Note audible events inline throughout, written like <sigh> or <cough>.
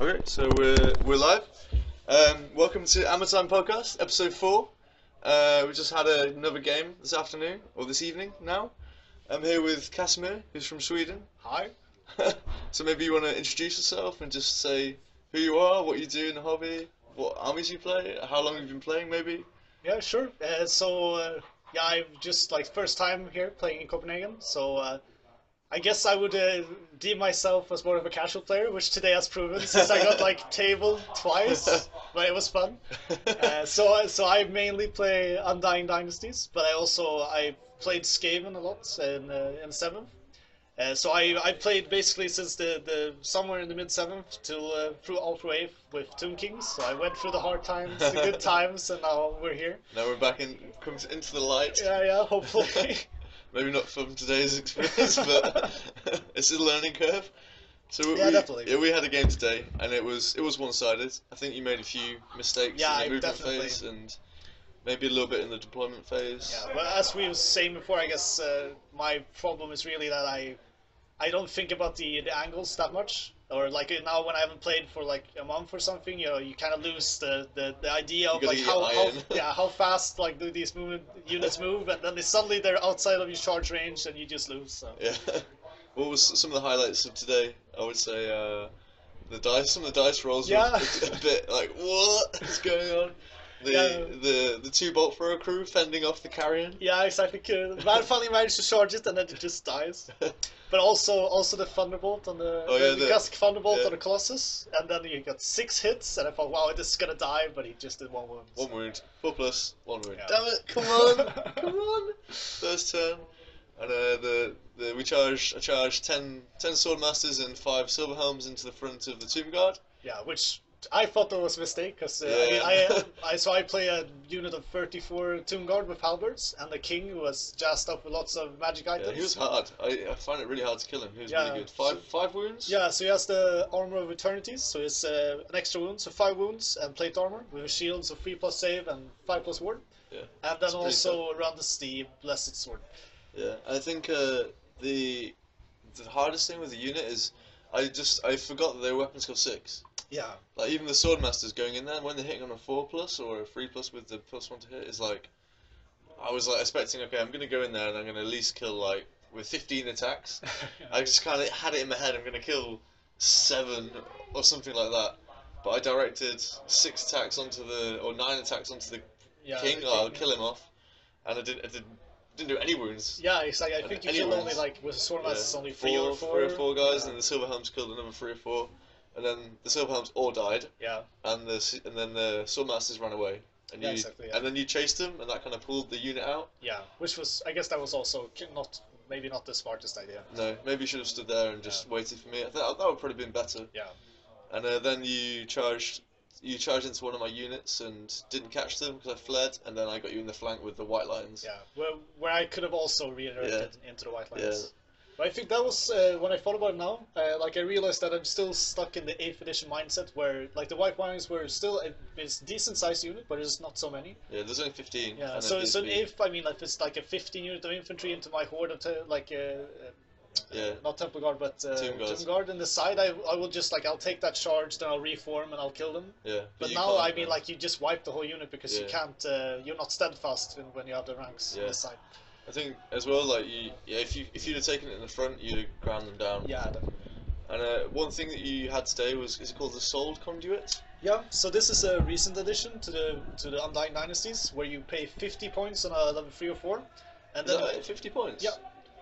Okay, so we're we're live. Um, welcome to Amazon Podcast, episode four. Uh, we just had another game this afternoon or this evening. Now, I'm here with Casimir, who's from Sweden. <laughs> Hi. so maybe you want to introduce yourself and just say who you are, what you do in the hobby, what armies you play, how long you've been playing, maybe. <laughs> Yeah, sure. Uh, so, uh, yeah, I'm just like first time here playing in Copenhagen. So, uh, I guess I would uh, deem myself as more of a casual player, which today has proven since I got like tabled twice, but it was fun. Uh, so, so I mainly play Undying Dynasties, but I also I played Skaven a lot in uh, in seventh. Uh, so I, I played basically since the, the somewhere in the mid seventh till uh, through all through eighth with Tomb Kings. So I went through the hard times, the good times, and now we're here. now we're back in comes into the light. Yeah, yeah. Hopefully. <laughs> <laughs> maybe not from today's <laughs> experience, but <laughs> it's a learning curve. So we, Yeah, definitely. Yeah, we had a game today, and it was it was one sided. I think you made a few mistakes Yeah, in the movement definitely. phase, and maybe a little bit in the deployment phase. Yeah, well, as we were saying before, I guess uh, my problem is really that I, I don't think about the, the angles that much. Or like uh, now when I haven't played for like a month or something, you know, you kind of lose the, the, the idea of gotta like get how, your eye how in. yeah how fast like do these movement units move, and then they, suddenly they're outside of your charge range and you just lose. So. Yeah. <laughs> what was some of the highlights of today? I would say uh, the dice. Some of the dice rolls were <laughs> Yeah. a, bit like what is going on. The, Yeah. the the two bolt thrower crew fending off the carrion. Yeah, exactly. Uh, the man finally managed to charge it, and then it just dies. <laughs> But also, also the Thunderbolt on the, Oh, the, yeah, the the- Gusk Thunderbolt yeah. on the Colossus, and then he got six hits, and I thought, wow, this is gonna die, but he just did one wound. One wound. Four plus. One wound. Yeah. Damn it! Come <laughs> on! come on! First turn, and uh, the, the we charge. I charge 10, 10 sword masters and five silver helms into the front of the tomb guard. Yeah, which I thought that was a mistake because uh, I, mean, Yeah. I, <laughs> I so I play a unit of 34 Tomb Guard with halberds, and the king was jazzed up with lots of magic items. Yeah, he was hard. I, I find it really hard to kill him. He was Yeah. really good. Five five wounds. Yeah, so he has the armor of eternities, so it's uh, an extra wound, so five wounds and plate armor with a shield, so three plus save and five plus ward, Yeah. and then That's pretty also runs the blessed sword. Yeah, I think uh, the the hardest thing with the unit is I just I forgot that their weapons got six. Yeah, Like even the swordmasters going in there when they're hitting on a four plus or a three plus with the plus one to hit is like I was like expecting okay I'm gonna go in there and I'm gonna at least kill like with fifteen attacks. <laughs> I just kind of had it in my head I'm gonna kill seven or something like that. But I directed six attacks onto the or nine attacks onto the yeah. king. the I'll kill him off, and I did I did didn't do any wounds. Yeah, exactly. I think you Any kill wounds. only like with sword Yeah, mass, it's only three or four. three or four guys, Yeah. and the Silver Helms killed another three or four, and then the Silver Helms all died, yeah. and the s- and then the Swordmasters ran away, and Yeah, you exactly, yeah. and then you chased them, and that kind of pulled the unit out. Yeah, which was I guess that was also ki- not maybe not the smartest idea. No, maybe you should have stood there and just waited for me. I thought that would probably been better. Yeah, And uh, then you charged. You charged into one of my units and didn't catch them because I fled, and then I got you in the flank with the white lines. yeah. Where where I could have also redirected into the white lines. Yeah. But I think that was uh, when I thought about it now. Uh, like I realized that I'm still stuck in the eighth edition mindset where like the white lines were still a it's decent sized unit, but there's not so many. Yeah, there's only 15. Yeah. and So it so an needs to eighth, I mean, like it's like a 15 unit of infantry into my horde of te- like. Uh, uh, be- Yeah. not temple guard, but uh, Tomb Guard. tomb guard. In the side, I, I will just like I'll take that charge, then I'll reform and I'll kill them. Yeah. But you now, I can't, mean, uh, like you just wipe the whole unit because you Yeah. can't. Uh, you're not steadfast in, when you have the ranks Yeah. on this side. I think as well, like you, yeah, if you if you'd have taken it in the front, you'd have ground them down. Yeah. definitely. And uh, one thing that you had today was is it called the sold conduit? Yeah. So this is a recent addition to the to the Undying Dynasties, where you pay 50 points on a level three or four, and Is then that it? fifty points. Yeah.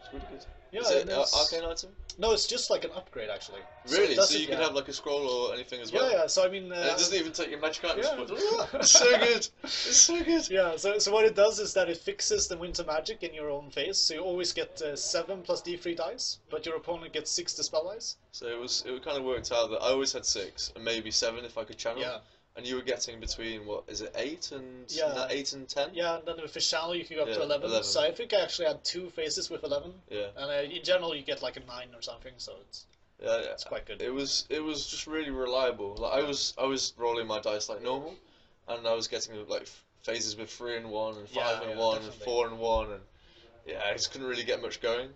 It's really good. yeah, is it and an it's- arcane item? no, it's just like an upgrade actually. Really? So, does it- you can yeah. have like a scroll or anything as Yeah, well. yeah. So I mean, uh, And it doesn't even take your magic items. Yeah. but- it's so <laughs> good. It's so good. Yeah, so, so what it does is that it fixes the winter magic in your own phase, so you always get uh, 7 plus d3 dice, but your opponent gets 6 dispel dice. So it was it kind of worked out that I always had six and maybe seven if I could channel. Yeah. And you were getting between what is it eight and Yeah. na- eight and ten? Yeah, and then with the channel you can go up to Yeah, 11. 11. So I think I actually had two phases with 11, Yeah. and uh, in general you get like a 9 or something, so it's, Yeah, yeah. it's quite good. It was it was just really reliable. Like I was I was rolling my dice like normal, and I was getting like f- phases with three and one and five Yeah, and yeah, one and definitely. four and one and yeah, I just couldn't really get much going.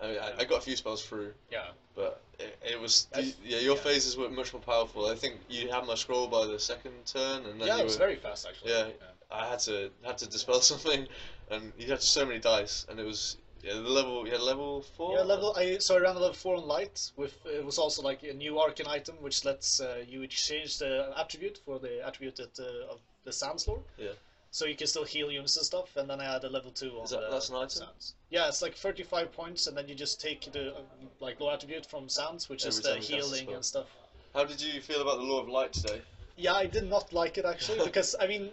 I, mean, I, I got a few spells through, Yeah. but it, it was the- That's- yeah. Your yeah. phases were much more powerful. I think you had my scroll by the second turn, and then Yeah, you it was were- very fast actually. Yeah. I had to had to dispel <laughs> something, and you had so many dice, and it was yeah, the level yeah level four. Yeah, level. I so I ran level four on light. With it was also like a new arcane item, which lets uh, you exchange the attribute for the attribute that, uh, of the Sans lore. Yeah. So you can still heal units and stuff. And then I had a level two on Is that- the that's an item? Sans. Yeah, it's like thirty-five points, and then you just take the uh, like lore attribute from Sans, which is Every the time you cast a healing spell. and stuff. How did you feel about the Law of Light today? Yeah, I did not like it <laughs> actually because I mean,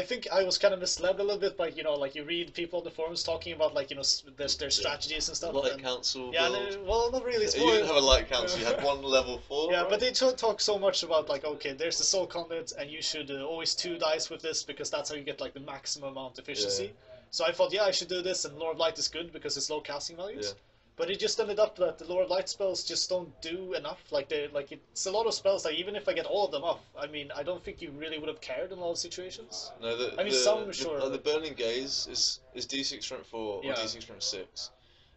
I think I was kind of misled a little bit by you know like you read people on the forums talking about like you know s- their, their strategies and stuff. Light and, Council. yeah, build. no, well, not really. It's you more- didn't have a Light Council. You had one level four. yeah, right? but they t- talk so much about like okay, there's the soul conduit, and you should uh, always two dice with this because that's how you get like the maximum amount efficiency. So I thought, yeah, I should do this, and Lord of Light is good because it's low casting values. Yeah. But it just ended up that the Lord of Light spells just don't do enough. Like they like it's a lot of spells. Like even if I get all of them off, I mean, I don't think you really would have cared in a lot of situations. No, the, I mean, the, some the, sure, like, the like- Burning Gaze is is D6 strength 4 Yeah. or D6 strength 6.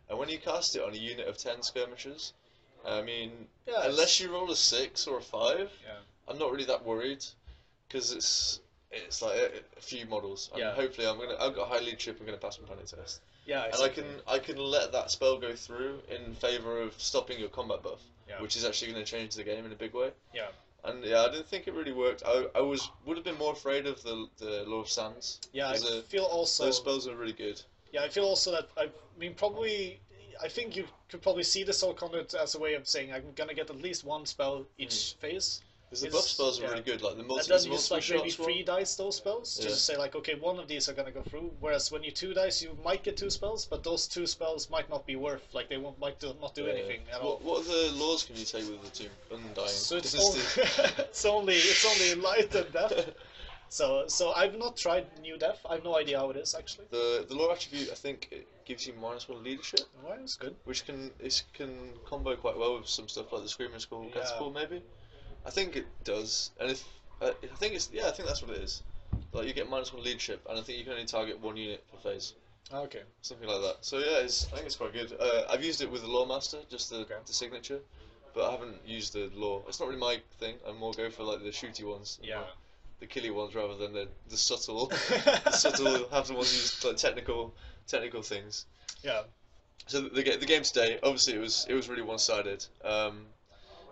And when you cast it on a unit of 10 skirmishers, I mean, Yeah, it's- unless you roll a 6 or a 5, Yeah. I'm not really that worried because it's it's like a, a few models. And Yeah. hopefully I'm gonna I've got high leadership, I'm gonna pass my planning test. Yeah, And I can I can let that spell go through in favor of stopping your combat buff, Yeah. which is actually gonna change the game in a big way. Yeah. And yeah, I didn't think it really worked. I, I was would have been more afraid of the the Law of Sands. yeah, I There's a- feel also Those spells are really good. Yeah, I feel also that I mean probably I think you could probably see the soul conduit as a way of saying I'm gonna get at least one spell each phase, Because the It's- buff spells are yeah. really good, like the and Mm. multiple, then you multiple just like maybe shots one. three dice those spells Yeah. just to say like okay one of these are gonna go through. Whereas when you two dice you might get two spells, but those two spells might not be worth like they won't might do, not do Yeah. anything at all. What, what other laws can you take with the two undying? <laughs> So it's Just only, the- <laughs> it's only it's only light and death. So so I've not tried new death. I have no idea how it is actually. <laughs> the the law attribute. I think it gives you minus one leadership, Well, it's good. which can it can combo quite well with some stuff like the screaming school Yeah. catapult maybe. I think it does, and if uh, I think it's yeah, I think that's what it is. Like you get minus one leadership, and I think you can only target one unit per phase, Ah, Okay. something like that. So yeah, it's, I think it's quite good. Uh, I've used it with the law master, just the, Okay. the signature, but I haven't used the law. It's not really my thing. I more go for like the shooty ones. and <laughs> Yeah. more the killy ones rather than the, the subtle <laughs> the subtle have the ones use like technical technical things. Yeah. So the ga- the game today, obviously it was it was really one sided. Um,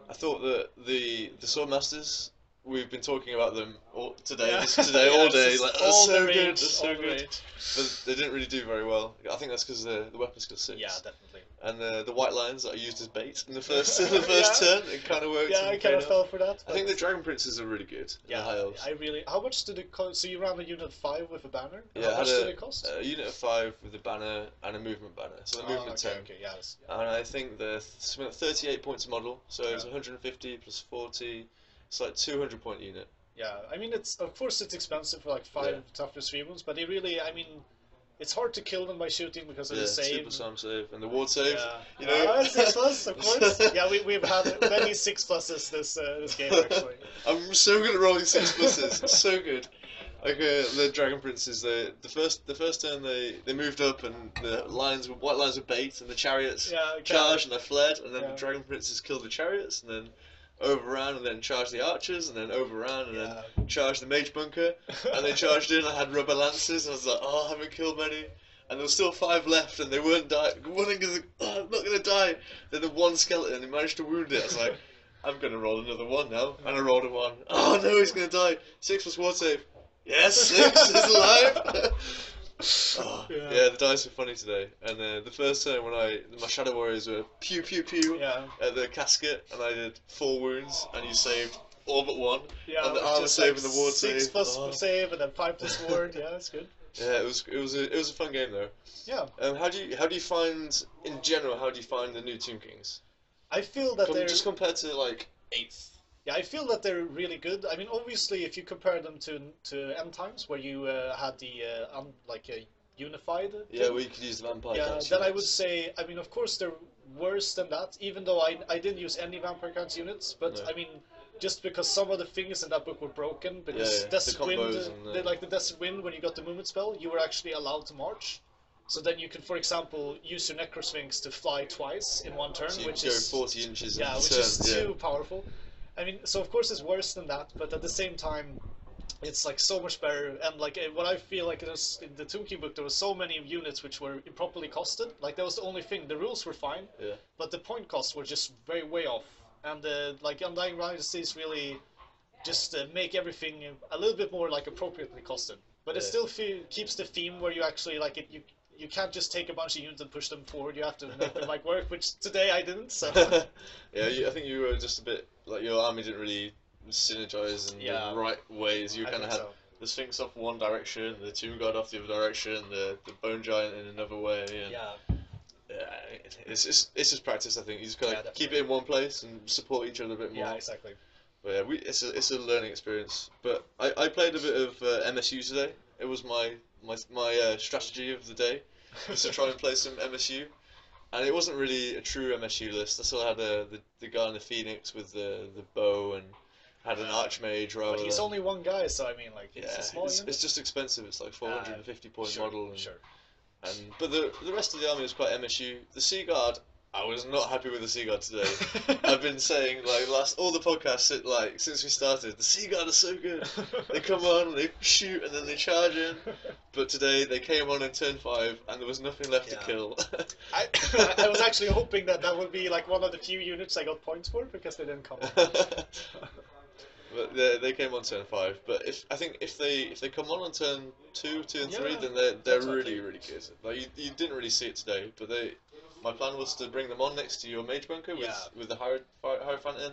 I thought that the the sword masters we've been talking about them all today Yeah. this- today <laughs> Yeah, all it's day just like all they're so the good they're rage, so all the good rage. but they didn't really do very well. I think that's because the the weapon skill six Yeah, definitely. and the the white lions that I used as bait in the first in <laughs> the first Yeah. turn it kind of worked. Yeah, and I paid kind of off. fell for that. I but- think the dragon princes are really good. and the Yeah, high elves. I really. How much did it cost? So you ran a unit five with a banner. and Yeah, I how much had did it cost? a Uh, unit of five with a banner and a movement banner, so the Oh, movement okay, ten. okay, yeah, that's- yeah. And I think the something like 38 points a model, so it's Yeah. 150 plus 40. It's like 200 point unit. Yeah, I mean, it's of course it's expensive for like five Yeah. toughness three wounds, but they really, I mean, it's hard to kill them by shooting because of yeah, the super save. psalm save and the ward save. Yeah, You know, Uh, six <laughs> plus, of course. yeah, we we've had many six pluses this uh, this <laughs> game actually. I'm so good at rolling six pluses. It's so good. Like uh, the dragon princes, they, the first the first turn they, they moved up and the lions were white lions were bait and the chariots Yeah, okay. charged and they fled and then Yeah. the dragon princes killed the chariots and then overran and then charged the archers and then overran and Yeah. then charged the mage bunker and they charged in. I had rubber lances, and I was like, oh, I haven't killed many. And there was still five left, and they weren't die. weren't gonna, oh, I'm not gonna die. Then the one skeleton, he managed to wound it. I was like, <laughs> I'm gonna roll another one now, and I rolled a one. <laughs> Oh no, he's gonna die. Six plus one save. Yes, six is <laughs> alive. <laughs> Oh, yeah. Yeah. the dice were funny today. And uh, the first turn when I my shadow warriors were pew pew pew <laughs> Yeah, at the casket, and I did four wounds, and you saved all but one. yeah. And the it's armor just, save like, and the ward six save. plus Oh. save and then five plus ward. Yeah, that's good. Yeah, it was it was a, it was a fun game though. Yeah. Um, how do you how do you find in general how do you find the new Tomb Kings? I feel that Com- they're just compared to like eighth. Yeah, I feel that they're really good. I mean, obviously, if you compare them to to End Times, where you uh, had the uh, un, like a unified, Yeah, thing, we could use the vampire. yeah, counts then I would units. say, I mean, of course, they're worse than that. Even though I I didn't use any vampire counts units, but No. I mean, just because some of the things in that book were broken, because yeah, the Desert Wind, combos uh, and the- they- like the Desert Wind, when you got the movement spell, you were actually allowed to march. So then you can, for example, use your Necrosphinx to fly twice in one turn, So you which go is 40 inches in yeah, the which turn, is yeah. too powerful. I mean, so of course it's worse than that, but at the same time, it's like so much better. And like eh, what I feel like there's in the Toonki book, there were so many units which were improperly costed. Like that was the only thing. The rules were fine, Yeah. but the point costs were just very way off. And uh, like Undying Dynasties really just uh, make everything a little bit more like appropriately costed. But it Yeah. still fe- keeps the theme where you actually like it. You you can't just take a bunch of units and push them forward. You have to make them like work, which today I didn't. So. <laughs> yeah, you, I think you were just a bit like your army didn't really synergize in Yeah. the right ways. You I kind of think had so. the Sphinx off one direction, the Tomb God off the other direction, the, the Bone Giant in another way. And, Yeah, yeah, it's just it's just practice. I think you just gotta Yeah, keep definitely. it in one place and support each other a bit more. <laughs> yeah, exactly. But yeah, we, it's a it's a learning experience. But I, I played a bit of uh, MSU today. It was my my my uh, strategy of the day was to try and play some <laughs> MSU, and it wasn't really a true MSU list. I still had uh the the guy in the Phoenix with the the bow and had an Archmage rather. <laughs> But he's than- only one guy, so I mean, like, yeah, it's a small it's, unit. it's just expensive. It's like 450 point sure, model. And, Sure. and but the the rest of the army was quite MSU. The Sea Guard, I was not happy with the Sea Guard <laughs> today. I've been saying like last all the podcasts it, like since we started, the Sea Guard are so good. They come on, they shoot, and then they charge in. But today they came on in turn five, and there was nothing left Yeah. to kill. <laughs> <laughs> I, I was actually hoping that that would be like one of the few units I got points for because they didn't come. on. <laughs> but they, they came on turn five. But if I think if they if they come on on turn two, two and three, Yeah, then they're they're definitely. really really good. Like you, you didn't really see it today, but they. My plan was to bring them on next to your mage bunker with Yeah. with the higher hierophant in.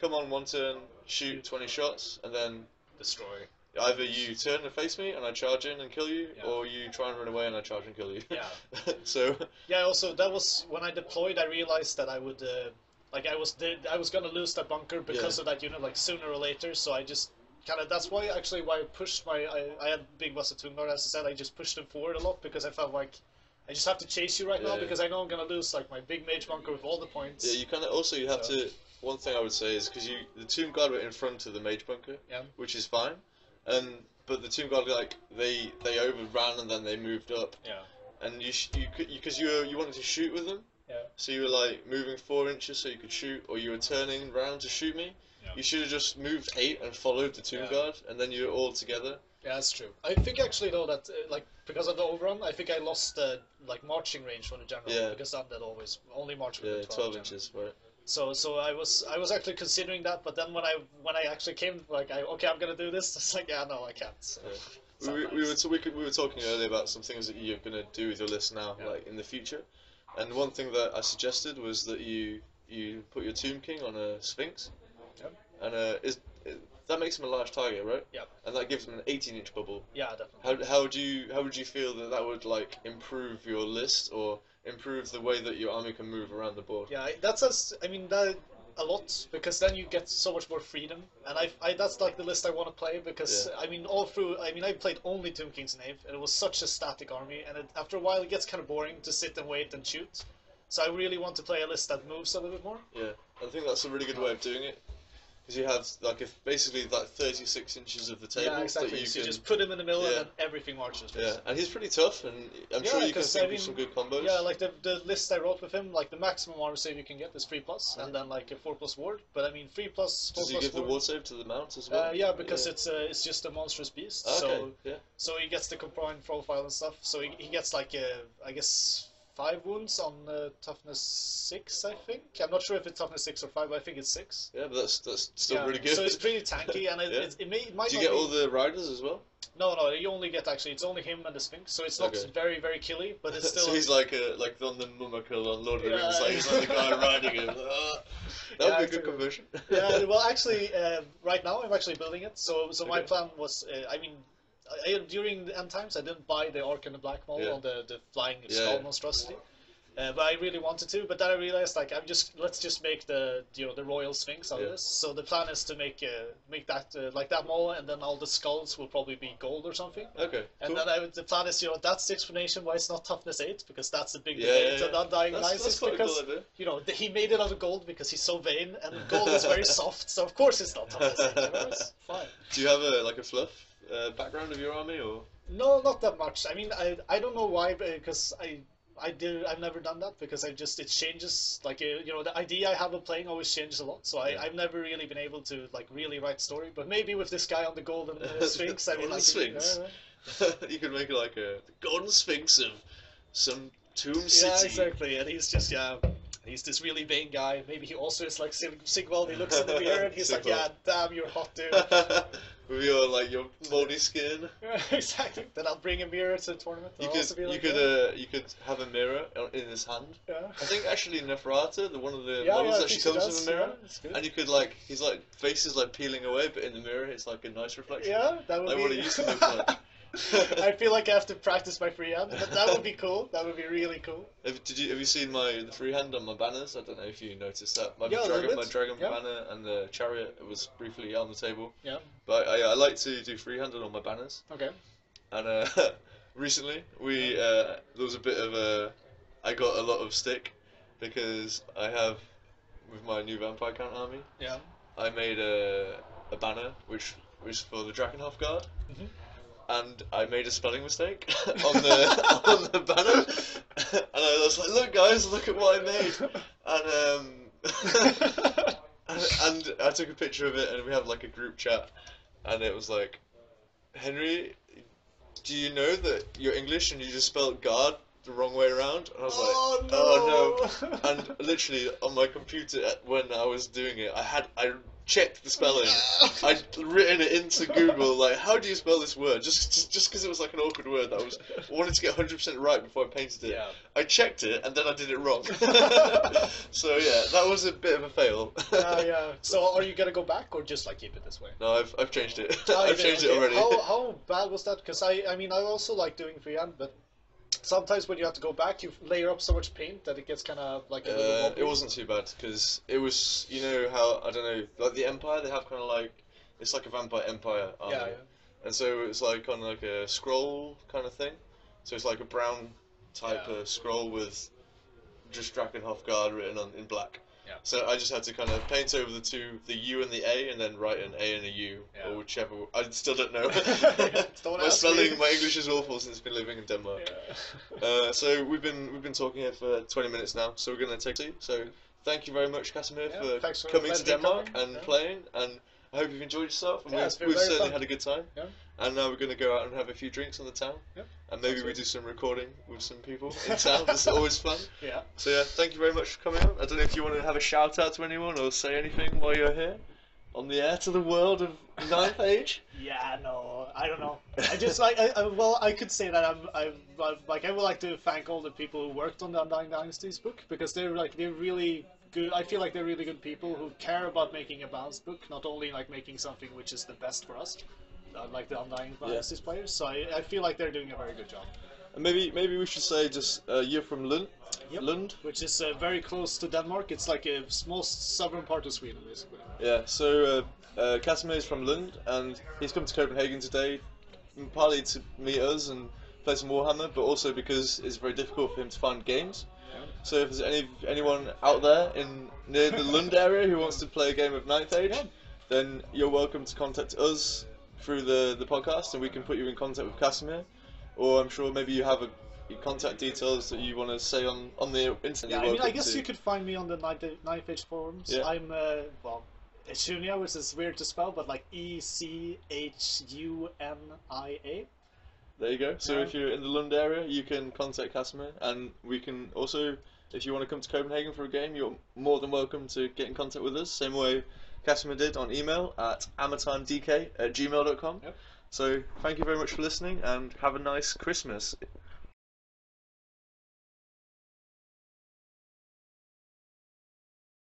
Come on one turn, shoot twenty shots, and then Destroy. either you turn and face me and I charge in and kill you, Yeah. or you try and run away and I charge and kill you. Yeah. <laughs> so Yeah. Also, that was when I deployed. I realized that I would, uh, like, I was the, I was gonna lose that bunker because Yeah. of that unit, like sooner or later. So I just kind of that's why actually why I pushed my I, I had big muscle tumor as I said. I just pushed them forward a lot because I felt like. I just have to chase you right now Yeah. because I know I'm gonna lose like my big mage bunker with all the points. yeah, you kind of also you have So- to. One thing I would say is because you the tomb guard were in front of the mage bunker, Yeah. which is fine, and but the tomb guard like they they overran and then they moved up, Yeah. and you sh- you could because you, were you wanted to shoot with them. Yeah. So you were like moving four inches so you could shoot, or you were turning round to shoot me. Yeah. You should have just moved eight and followed the tomb Yeah. guard, and then you're all together. Yeah, that's true. I think actually though that uh, like because of the overrun, I think I lost the like marching range from the general Yeah. because undead always only march with Yeah, the 12, twelve general. inches, right? So so I was I was actually considering that, but then when I when I actually came like I okay I'm gonna do this, <laughs> it's like yeah no I can't. So, Yeah. it's We, not we, we were nice. t- we, could, we were talking earlier about some things that you're gonna do with your list now, Yeah. like in the future. And one thing that I suggested was that you you put your Tomb King on a Sphinx, Yep. and uh, is it, that makes him a large target, right? Yep. And that gives him an 18-inch bubble. yeah definitely. How, how do you how would you feel that that would like improve your list or improve the way that your army can move around the board? Yeah, I- that's us. I mean that a lot because then you get so much more freedom, and I, I that's like the list I want to play because I mean all through I mean I played only Tomb King's Knave and it was such a static army, and it, after a while it gets kind of boring to sit and wait and shoot. So I really want to play a list that moves a little bit more. Yeah, I think that's a really good way of doing it because you have like if basically like 36 inches of the table yeah, that exactly. you so can you just put him in the middle Yeah. and then everything marches. Yeah, and he's pretty tough, and I'm sure Yeah, you can 'cause, think I of some mean, good combos. Yeah, like the, the list I wrote with him, like the maximum armor save you can get is three plus, and then like a four plus ward. But I mean three plus four Does he plus give the ward- ward save to the mount as well? Uh, yeah, because it's uh, it's just a monstrous beast. okay. So yeah, so he gets the combined profile and stuff. So he, he gets like uh, I guess five wounds on uh, toughness six. I think I'm not sure if it's toughness six or five, but I think it's six. yeah, but that's that's still Yeah, really good. <laughs> So it's pretty tanky, and it, Yeah. it, it, may, it might Do you not get all be- the riders as well? No, no, you only get actually it's only him and the Sphinx, so it's not Okay. very very killy, but <laughs> it's still so he's like a, like on the mummicle on Lord of the Rings, Yeah. like he's like the guy riding <laughs> him. Ah, that Yeah, would be a it's good a- conversion. <laughs> <laughs> yeah, well, actually, uh, right now I'm actually building it. So, so my Okay. plan was, uh, I mean, I, I- during the end times, I didn't buy the Orc and the Black Mole Yeah. on the, the flying Yeah, skull yeah. monstrosity. Uh, but I really wanted to, but then I realized like I'm just let's just make the you know the royal sphinx out Yeah. of this. So the plan is to make uh, make that uh, like that mole, and then all the skulls will probably be gold or something. Okay. And cool. then I, would- the plan is you know that's the explanation why it's not toughness eight because that's the big Yeah, debate. yeah, And yeah. undying That's- lies that's is quite a because cool idea. you know th- he made it out of gold because he's so vain, and gold is <laughs> very soft, so of course it's not toughness eight. You know? It's fine. Do you have a like a fluff uh, background of your army or? <laughs> No, not that much. I mean, I I don't know why because I I did I've never done that because I just it changes like uh, you know the idea I have of playing always changes a lot. So I Yeah. I've never really been able to like really write story. But maybe with this guy on the <laughs> golden uh, sphinx, I uh, mean, Golden like, Sphinx? yeah, you could make like a the golden sphinx of some tomb city. yeah, exactly. And he's just yeah. He's this really vain guy. Maybe he also is like Sig- Sigvald. He looks in the mirror and he's like, "Yeah, Sigvald. damn, you're hot, dude." <laughs> With your like your moldy skin. <laughs> exactly. Then I'll bring a mirror to the tournament. You I'll could also be you like, could "Yeah, uh, you could have a mirror on- in his hand. yeah. I think actually Neferata, the one of the Yeah, yeah, I models think actually she comes does, with a mirror, yeah, it's good. and you could like he's like faces like peeling away, but in the mirror it's like a nice reflection. Yeah, that would Like be. what it <laughs> used to look like. I feel like I have to practice my freehand, but that would be cool. That would be really cool. <laughs> Have, did you have you seen my the free hand on my banners? I don't know if you noticed that. My Yeah, a little dragon, my bit, dragon yeah. banner and the chariot was briefly on the table. Yeah. But I, I like to do freehand on all my banners. Okay. And uh, <laughs> recently we uh, there was a bit of a I got a lot of stick because I have with my new vampire count army Yeah. I made a a banner which was for the Drakenhof Guard. Mhm. And I made a spelling mistake <laughs> on the on the banner, <laughs> and I was like, "Look, guys, look at what I <laughs> made!" And um, <laughs> and, and I took a picture of it, and we had like a group chat, and it was like, Henry, do you know that you're English and you just spelled guard the wrong way around? And I was Oh, like, no. oh no! And literally on my computer at- when I was doing it, I had I checked the <laughs> spelling. I'd written it into Google like, how do you spell this word? Just just just because it was like an awkward word that I was I wanted to get 100% right before I painted it. Yeah. I checked it and then I did it <laughs> wrong. <laughs> so yeah, that was a bit of a fail. <laughs> Yeah, yeah. So, are you gonna go back or just like keep it this way? No, I've, I've changed it. <laughs> Oh, <laughs> you I've did, changed it okay. already. How, <laughs> how bad was that? Because I, I mean, I also like doing freehand, but sometimes when you have to go back, you layer up so much paint that it gets kind of like a little. Uh, wobbly. it wasn't too bad because it was, you know how I don't know, like the Empire. They have kind of like it's like a vampire empire, army. Yeah. yeah. and so it's like on like a scroll kind of thing. So it's like a brown type Yeah. of scroll with just Drakenhof Guard written on in black. Yeah. So I just had to kind of paint over the two, the U and the A, and then write an A and a U Yeah. or whichever. I still don't <laughs> know. <laughs> Don't my ask me. spelling, my English is awful since I've been living in Denmark. Yeah. Uh, so we've been we've been talking here for 20 minutes now, so we're going to take two. So thank you very much, Casimir, Yeah, for thanks for coming to letting me Denmark come in, and yeah. playing. And I hope you've enjoyed yourself. And Yeah, we've it's been we've very certainly fun. had a good time. Yeah. And now we're going to go out and have a few drinks in the town. Yeah, And maybe sounds we good. do some recording with some people in town. It's <laughs> always fun. <laughs> yeah. So yeah, thank you very much for coming on. I don't know if you want to have a shout out to anyone or say anything while you're here on the air to the world of ninth <laughs> age. Yeah, no, I don't know. I just like, I, I, well, I could say that I'm, I'm, I'm, like, I would like to thank all the people who worked on the Undying Dynasties book because they're like, they're really good. I feel like they're really good people who care about making a balanced book, not only like making something which is the best for us, uh, like the Undying Dynasties players. So I, I feel like they're doing a very good job, And maybe maybe we should say just uh, you're from Lund. Yep. Lund. which is uh, very close to Denmark. It's like a small southern part of Sweden, basically. Yeah, so uh, uh, Casimir is from Lund, and he's come to Copenhagen today, m- partly to meet us and play some Warhammer, but also because it's very difficult for him to find games. Yeah. So if there's any anyone out there in near the Lund area who wants to play a game of Ninth Age, Yeah. then you're welcome to contact us through the, the podcast, and we can put you in contact with Casimir. Or I'm sure maybe you have a your contact details that you want to say on on the internet. Yeah, you're I mean, I welcome guess to. you could find me on the Ninth Ninth Age forums. Yeah. I'm, uh, well, Echunia, which is weird to spell, but like E C H U N I A. There you go. So Yeah. if you're in the Lund area, you can contact Casimir, and we can also, if you want to come to Copenhagen for a game, you're more than welcome to get in contact with us. Same way Casimir did on email at amatimedk at gmail.com. Yep. So thank you very much for listening, and have a nice Christmas